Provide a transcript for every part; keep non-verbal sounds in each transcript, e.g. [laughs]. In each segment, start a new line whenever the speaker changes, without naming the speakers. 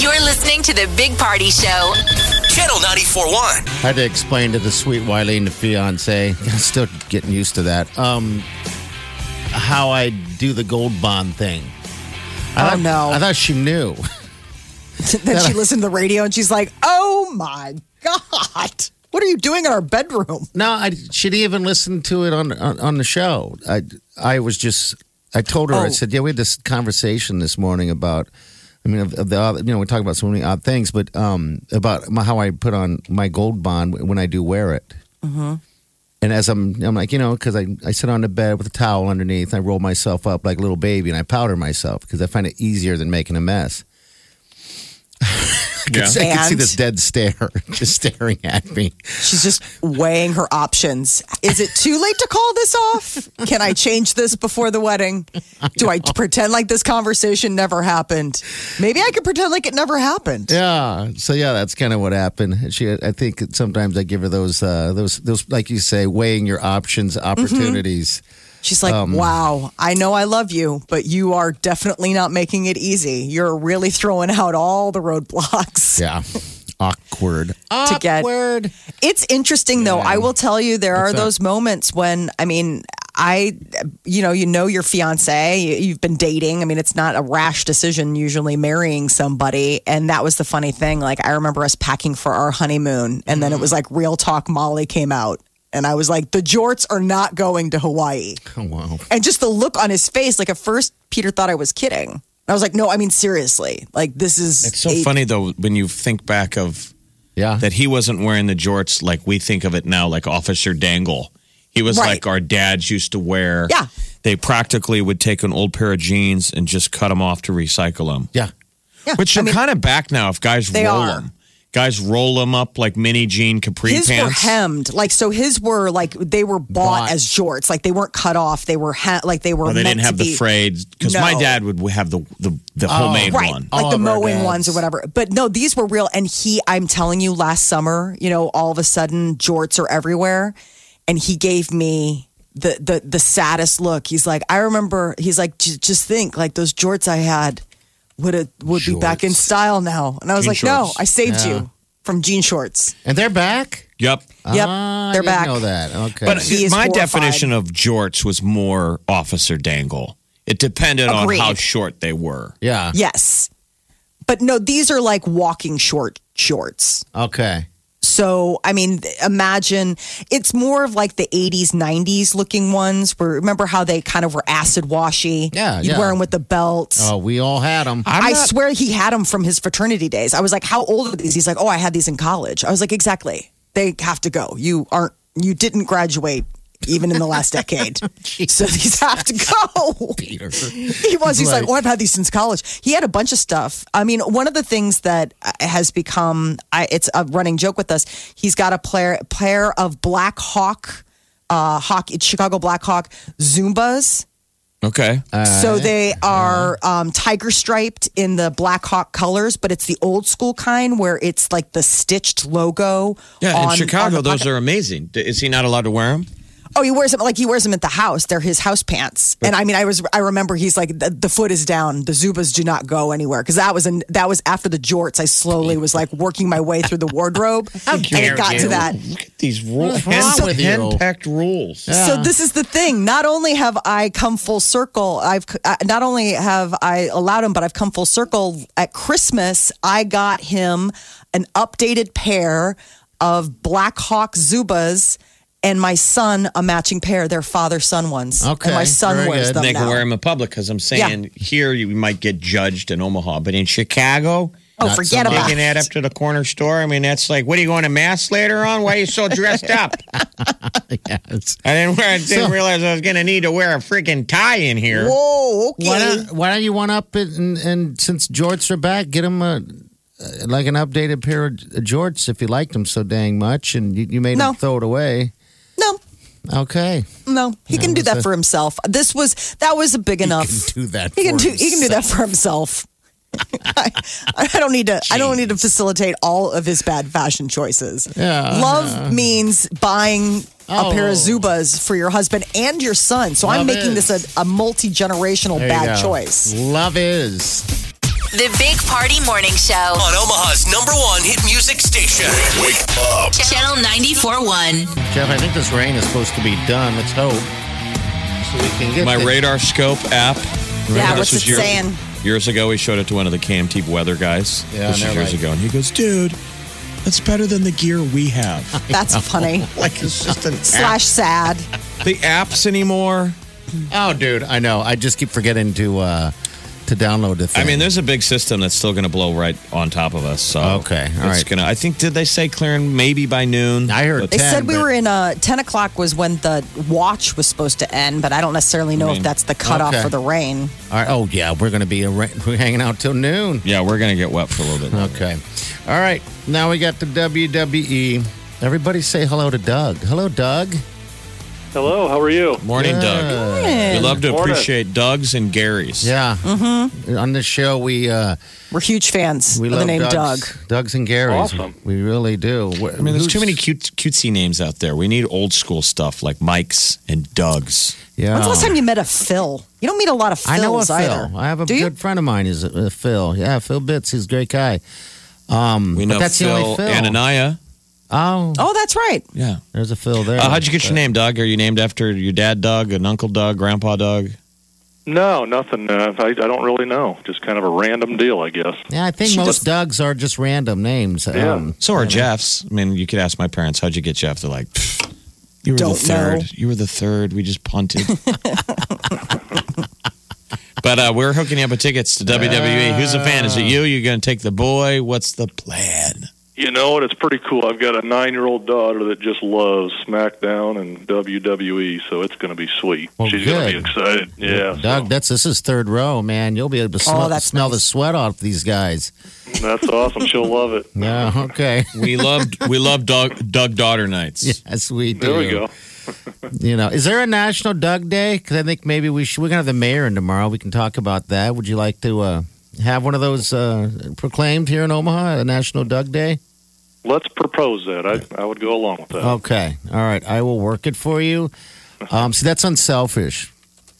You're listening to the Big Party Show.
Channel 941.
I had to explain to the sweet Wileen, the fiance, [laughs] still getting used to that, um, how I do the gold bond thing. I
Oh,
thought,
no.
I thought she knew.
[laughs] then she listened to the radio and she's like, "Oh my god, what are you doing in our bedroom?"
No, I, she didn't even listen to it on, on on the show. I I was just I told her I
Oh.
said yeah we had this conversation this morning about I mean of, of the odd- you know we talk about so many odd things but um about my, how I put on my gold bond when I do wear it.
Mm-hmm.
And as I'm I'm like you know because I I sit on the bed with a towel underneath I roll myself up like a little baby and I powder myself because I find it easier than making a mess. [laughs] I could see- I could see
And?
this dead stare [laughs] just staring at me.
She's just weighing her options. Is it too late to call this off? Can I change this before the wedding? Do I pretend like this conversation never happened? Maybe I could pretend like it never happened.
Yeah. So yeah, that's kind of what happened. She, I think sometimes I give her those, uh, those, those, like you say, weighing your options, opportunities.
She's like, wow, I know I love you, but you are definitely not making it easy. You're really throwing out all the roadblocks.
Yeah. Awkward.
Mm-hmm. To get-
Awkward.
It's interesting though. I will tell you there are those moments when I mean I you know you know your fiance you- you've been dating I mean it's not a rash decision usually marrying somebody and that was the funny thing like I remember us packing for our honeymoon and then it
Mm.
was like real talk Molly came out and I was like the jorts are not going to Hawaii
Oh, wow.
and just the look on his face like at first Peter thought I was kidding I was like no I mean seriously like this is
It's so
a-
funny though when you think back of
Yeah.
that he wasn't wearing the jorts like we think of it now, like Officer Dangle. He was
Right.
like our dads used to wear.
Yeah.
They practically would take an old pair of jeans and just cut them off to recycle them.
yeah.
Yeah,
Which
I
are
mean-
kind of back now if guys
They
roll
are.
them. Guys roll them up like mini jean capri
his
pants.
were hemmed like so his were like they were bought,
Bought.
as jorts like they weren't cut off they were he- like they were
Or they
meant
didn't have
to
the
be-
frayed because my
No. Oh.
dad would have the the, the homemade
right
one.
like
All
the
of our
mowing ones or
dads.
whatever but no these were real and he i'm telling you last summer you know all of a sudden jorts are everywhere and he gave me the the the saddest look he's like i remember he's like "J- just think like those jorts i had would it would be back in style now and i was
Jean
like no
shorts.
i saved you from jean shorts
And they're back.
Yep.
yep
Ah,
they're
I didn't
back uh,
know that. Okay.
But
He is
my
horrified.
definition of jorts was more officer dangle. It depended
Agreed.
on how short they were.
yeah.
Yes. But no, these are like walking short shorts.
Okay.
So, I mean, th- imagine it's more of like the 80s, 90s looking ones where remember how they kind of were acid washy?
Yeah,
You'd
yeah.
wear them with the belts.
Oh, we all had them.
I swear he had them from his fraternity days. I was like, how old are these? He's like, oh, I had these in college. I was like, exactly. They have to go. You aren't, you didn't graduate even in the last [laughs] decade. so these have to go.
Peter.
He was. He's like,
Like-
oh, I've had these since college. He had a bunch of stuff. I mean, one of the things that uh, has become I, it's a running joke with us. He's got a player pair of Black Hawk, uh, hockey Chicago Black Hawk Zumbas.
Okay. Uh,
so they are um, tiger striped in the Black Hawk colors, but it's the old school kind where it's like the stitched logo.
Yeah,
on,
in Chicago,
on the
those
pocket.
are amazing. D- Is he not allowed to wear them?
Oh, he wears them like he wears them at the house. They're his house pants. and I mean, I was I remember he's like the, the foot is down. The Zubas do not go anywhere because that was an, that was after the jorts. I slowly was like working my way through the
[laughs]
wardrobe, and it got to that.
Look at these rules.
What's wrong with you?
Hand-packed rules.
So this is the thing. Not only have I come full circle, I've I- not only have I allowed him, but I've come full circle. At Christmas, I got him an updated pair of Black Hawk Zubas. And my son, a matching pair. They're father son ones.
Okay,
And my son
very
wears
good.
them
They can
now.
wear them in public because I'm saying here you might get judged in Omaha, but in Chicago,
oh,
Not
forget
so
you
about
can
it.
head up to the corner store. I mean, that's like, what are you going to mass later on? Why are you so dressed up?
Yes.
I didn't wear. I didn't
So-
realize I was going to need to wear a freaking tie in here.
Whoa, Oh, okay.
Why don't, why don't you one up it and, and since jorts are back, get them a, uh, like an updated pair of jorts if you liked them so dang much, and you, you made
No.
him throw it away.
No,
Okay,
no, he can do that for himself. This was that was a big enough.
do that.
He can
for
do he can do that for himself. [laughs] I, I don't need to. I don't need to facilitate all of his bad fashion choices.
Yeah.
Love means buying a pair of
Oh.
Zubas for your husband and your son. So
Love
I'm making
is-
this a, a multi generational
There you
bad
go. [laughs]
choice.
Love is.
The Big Party Morning Show.
On Omaha's number one hit music station. Wake, up.
Channel 94.1.
Jeff, I think this rain is supposed to be done. Let's hope. So we can get
My
the-
radar scope app.
Yeah, what's
This was
it
year-
saying?
Years ago, we showed it to one of the KMT weather guys.
Yeah,
this
and they're
was years
like-
ago, and he goes, "Dude, that's better than the gear we
[laughs]
have."
That's funny.
like it's just an
Slash sad.
app. the apps anymore.
Oh, dude, I know. I just keep forgetting to uh to download the thing.
I mean, there's a big system that's still going to blow right on top of us. So
Okay,
it's
all right.
gonna. I think did they say clearing maybe by noon?
I heard
They
10,
said we
but-
were in uh, 10 o'clock was when the watch was supposed to end, but I don't necessarily know
mean,
if that's the cutoff
okay.
for the rain.
All right. Oh yeah, we're gonna be a ra- [laughs] we're hanging out till noon.
Yeah, we're gonna get wet for a little bit. longer.
Okay. All right. Now we got the WWE. Everybody say hello to Doug. Hello, Doug.
Hello, how are you?
Morning, Doug.
Eh,
We love to
Morning.
appreciate Doug's and Gary's.
Yeah. Mm-hmm. On this show, we uh,
We're huge fans
we
of
love
the name
Doug's,
Doug.
Doug's and Gary's.
Awesome.
We really do.
I mean, there's too many cute, cutesy names out there. We need old school stuff like Mike's and Doug's.
Yeah.
When's the last time you met a Phil? You don't meet a lot of Phils
I know a Phil.
either.
I have a
Do you?
good friend of mine is a, a Phil. Yeah, Phil Bitts. He's a great guy.
We
But
know
that's the
Phil,
only Phil.
Anania.
Oh,
Oh, that's right.
Yeah.
there's a Phil there.
Uh, how'd you get your name, Doug? Are you named after your dad, Doug, an uncle, Doug, grandpa, Doug?
No, nothing. Uh, I, I don't really know. Just kind of a random deal, I guess.
Yeah, I think most Dougs are just random names. Um,
Yeah.
So are Jeff's. I mean, you could ask my parents, how'd you get Jeff? They're like, "Pfft, you were
Don't
the third.
know.
You were the third. We just punted. but uh, we're hooking you up with tickets to WWE. Who's the fan? Is it you? You're going to take the boy? What's the plan?
You know what? It's pretty cool. I've got a nine-year-old daughter that just loves SmackDown and WWE, so it's going to be sweet.
Well,
She's going to be
good.
excited. Yeah,
Doug, that's this is third row, man. You'll be able to smell,
that's
smell the
nice.
sweat off these guys.
so that's awesome. She'll love
[laughs]
it.
Yeah, okay.
We loved we love Doug Doug daughter nights.
Yes, we do.
There we go.
You know, is there a National Doug Day? Because I think maybe we should. We're gonna have the mayor in tomorrow. We can talk about that. Would you like to uh, have one of those uh, proclaimed here in Omaha, a National Doug Day?
Let's propose that. I, I would go along with that.
Okay, all right. I will work it for you. Um, so that's unselfish.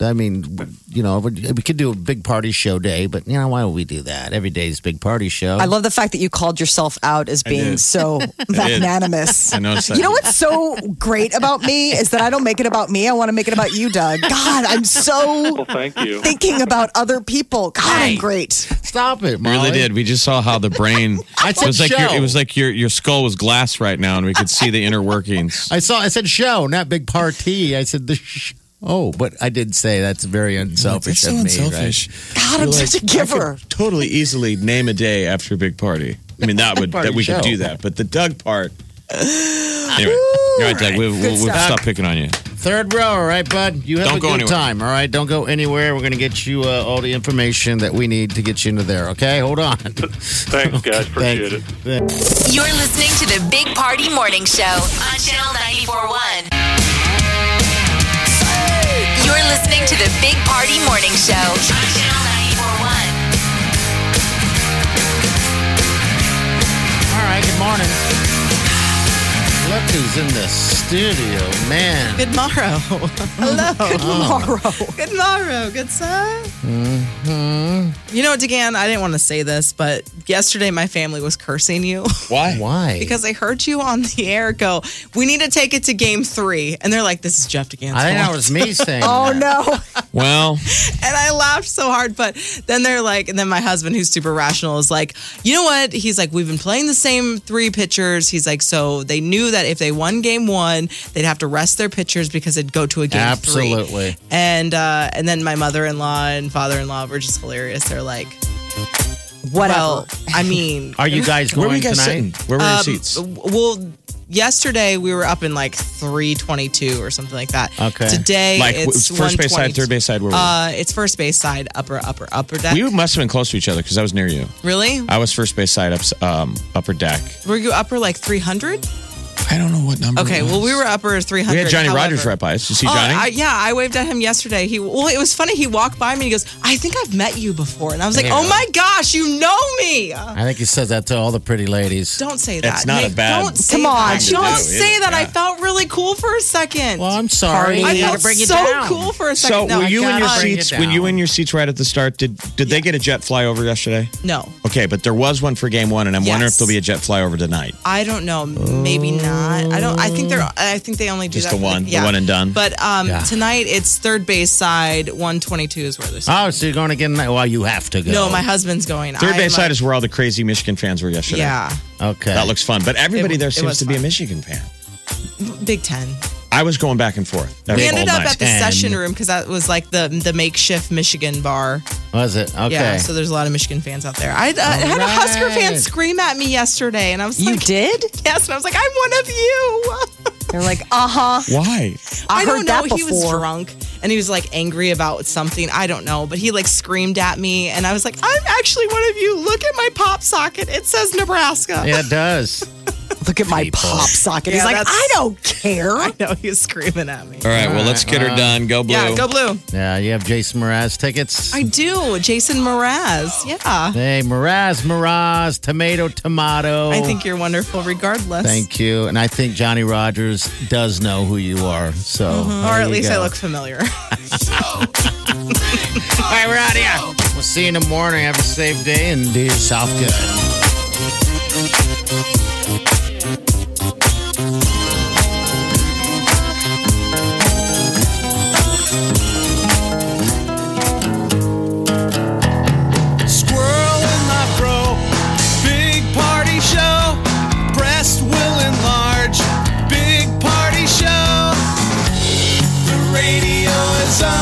I mean, you know, we we could do a big party show day, but you know, why would we do that? Every day is big party show.
I love the fact that you called yourself out as being
did. [laughs]
so magnanimous.
I noticed that.
You know what's so great about me is that I don't make it about me. I want to make it about you, Doug. God, I'm so
Well, thank
[laughs]
you.
thinking about other people. God, I'm great.
Stop it,
We
Molly.
really did. We just saw how the brain. it
said
was like your,
show.
it was like your your skull was glass right now, and we could see the inner workings.
I saw. I said show, not big party. I said the sh- oh, but I did say that's very unselfish of me. Right?
God, I'm such a giver.
Totally easily name a day after a big party. I mean, that would
Party
that we
show.
could do that, but the Doug part. Anyway, all right, Doug. We, we'll, we'll
stuff.
stop picking on you.
Third row, all right, bud. You have
Don't
a
go
good
anywhere.
time, all right. Don't go anywhere. We're gonna get you uh, all the information that we need to get you into there. Okay, hold on.
Thanks, guys. Appreciate it.
it.
You're listening to the Big Party Morning Show on Channel 94.1. You're listening to the Big Party Morning Show on Channel 94.1.
All right. Good morning. Look who's in the studio, man.
Good morrow.
Oh.
Tomorrow.
Good morrow. Good sir. You know, Degan, I didn't want to say this, but yesterday my family was cursing you [laughs]
Why?
Why?
because they heard you on the air go, we need to take it to game three. And they're like, this is Jeff Degan's
I think that
fault.
was
[laughs]
me saying.
Oh,
that.
no.
Well,
and I laughed so hard. But then they're like, and then my husband, who's super rational, is like, you know what? He's like, we've been playing the same three pitchers. He's like, so they knew that if they won game one, they'd have to rest their pitchers because it'd go to a game three.
Absolutely.
And uh, and then my mother in law and father in law were just hilarious. They're like,
Whatever.
well, I mean,
Are you guys going
where were you guys
tonight?
sitting? Where were your
um,
seats?
well, yesterday we were up in like 322 or something like that.
Okay.
Today
Like,
it's
first base side,
120.
third base side, where were
uh, it's first base side, upper, upper, upper deck.
We must have been close to each other because I was near you.
really?
I was first base side, ups, um, upper deck.
were you upper like 300?
I don't know what number.
Okay, well we were upper 300.
We had Johnny
however-
Rogers right by us. Did you see
Oh,
Johnny?
I, yeah, I waved at him yesterday. He well, it was funny. He walked by me. and He goes, "I think I've met you before," and I was like,
Yeah.
"Oh my gosh, you know me!" Uh,
I think he says that to all the pretty ladies.
Don't say that.
That's not a
Nick.
bad
Don't say
Come on.
that.
thing to
Don't
do, is
say
it?
that. I
Yeah.
felt really cool for a second.
Well, I'm sorry.
I felt
bring it
so
down.
cool for a second.
so
no,
were
I
you in
got
your
it.
seats?
down.
When you in your seats right at the start, did did they get a jet flyover yesterday?
No,
Okay, but there was one for game one, and I'm wondering if
Yes.
there'll be a jet flyover tonight.
I don't know. Maybe not. I don't. I think they're. I think they only do
Just
that
the
for
one, the one and done.
But um,
Yeah.
tonight it's third base side. One twenty two is where this.
Oh, so you're going to get in that? Well, you have to go.
no, my husband's going.
Third
I'm
base
like-
side is where all the crazy Michigan fans were yesterday.
Yeah,
Okay.
that looks fun. But everybody
It-
there
it
seems
was
to be a
fun.
Michigan fan.
Big Ten.
I was going back and forth.
We
every-
ended
all
up
night.
at the
Ten.
session room because that was like the the makeshift Michigan bar.
Was it? Okay.
Yeah, so there's a lot of Michigan fans out there. I uh, had a
right.
Husker fan scream at me yesterday, and I was
You
like,
did?
"Yes," and I was like, "I'm one of you."
They're like, uh huh.
Why?
I,
[laughs] I
heard
don't know.
that before.
He was drunk and he was like angry about something. I don't know, but he like screamed at me, and I was like, "I'm actually one of you. Look at my pop socket. It says Nebraska." [laughs]
Yeah, it does.
Look at my pop socket.
Yeah,
He's like,
that's-
I don't care.
I know he was screaming at me.
All right, well, let's get her done. Go blue.
Uh, Yeah, go blue.
yeah, you have Jason Mraz tickets.
I do. Jason Mraz. Yeah.
hey, Mraz, Mraz, tomato, tomato.
I think you're wonderful regardless.
Oh. Thank you. And I think Johnny Rogers does know who you are. So,
Mm-hmm. or
there
at
you
least I
go.
look familiar.
All right, we're out of here. We'll see you in the morning. Have a safe day and do yourself good.
Squirrel in my fro. Big party show. Breast will enlarge. Big party show. The radio is on.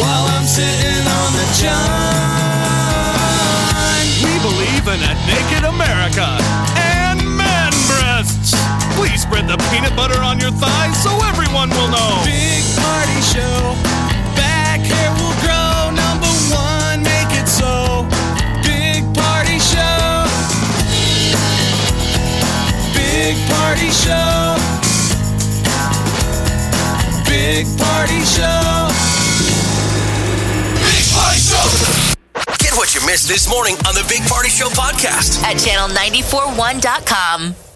While I'm sitting on the john. We believe in a naked America and man breasts. Please spread the peanut butter on your thighs so everyone will know. Big party show. Back hair will grow. Number one, make it so. Big party show. Big party show. Big party show. Big party show.
Get what you missed this morning on the Big Party Show podcast.
at channel941.com.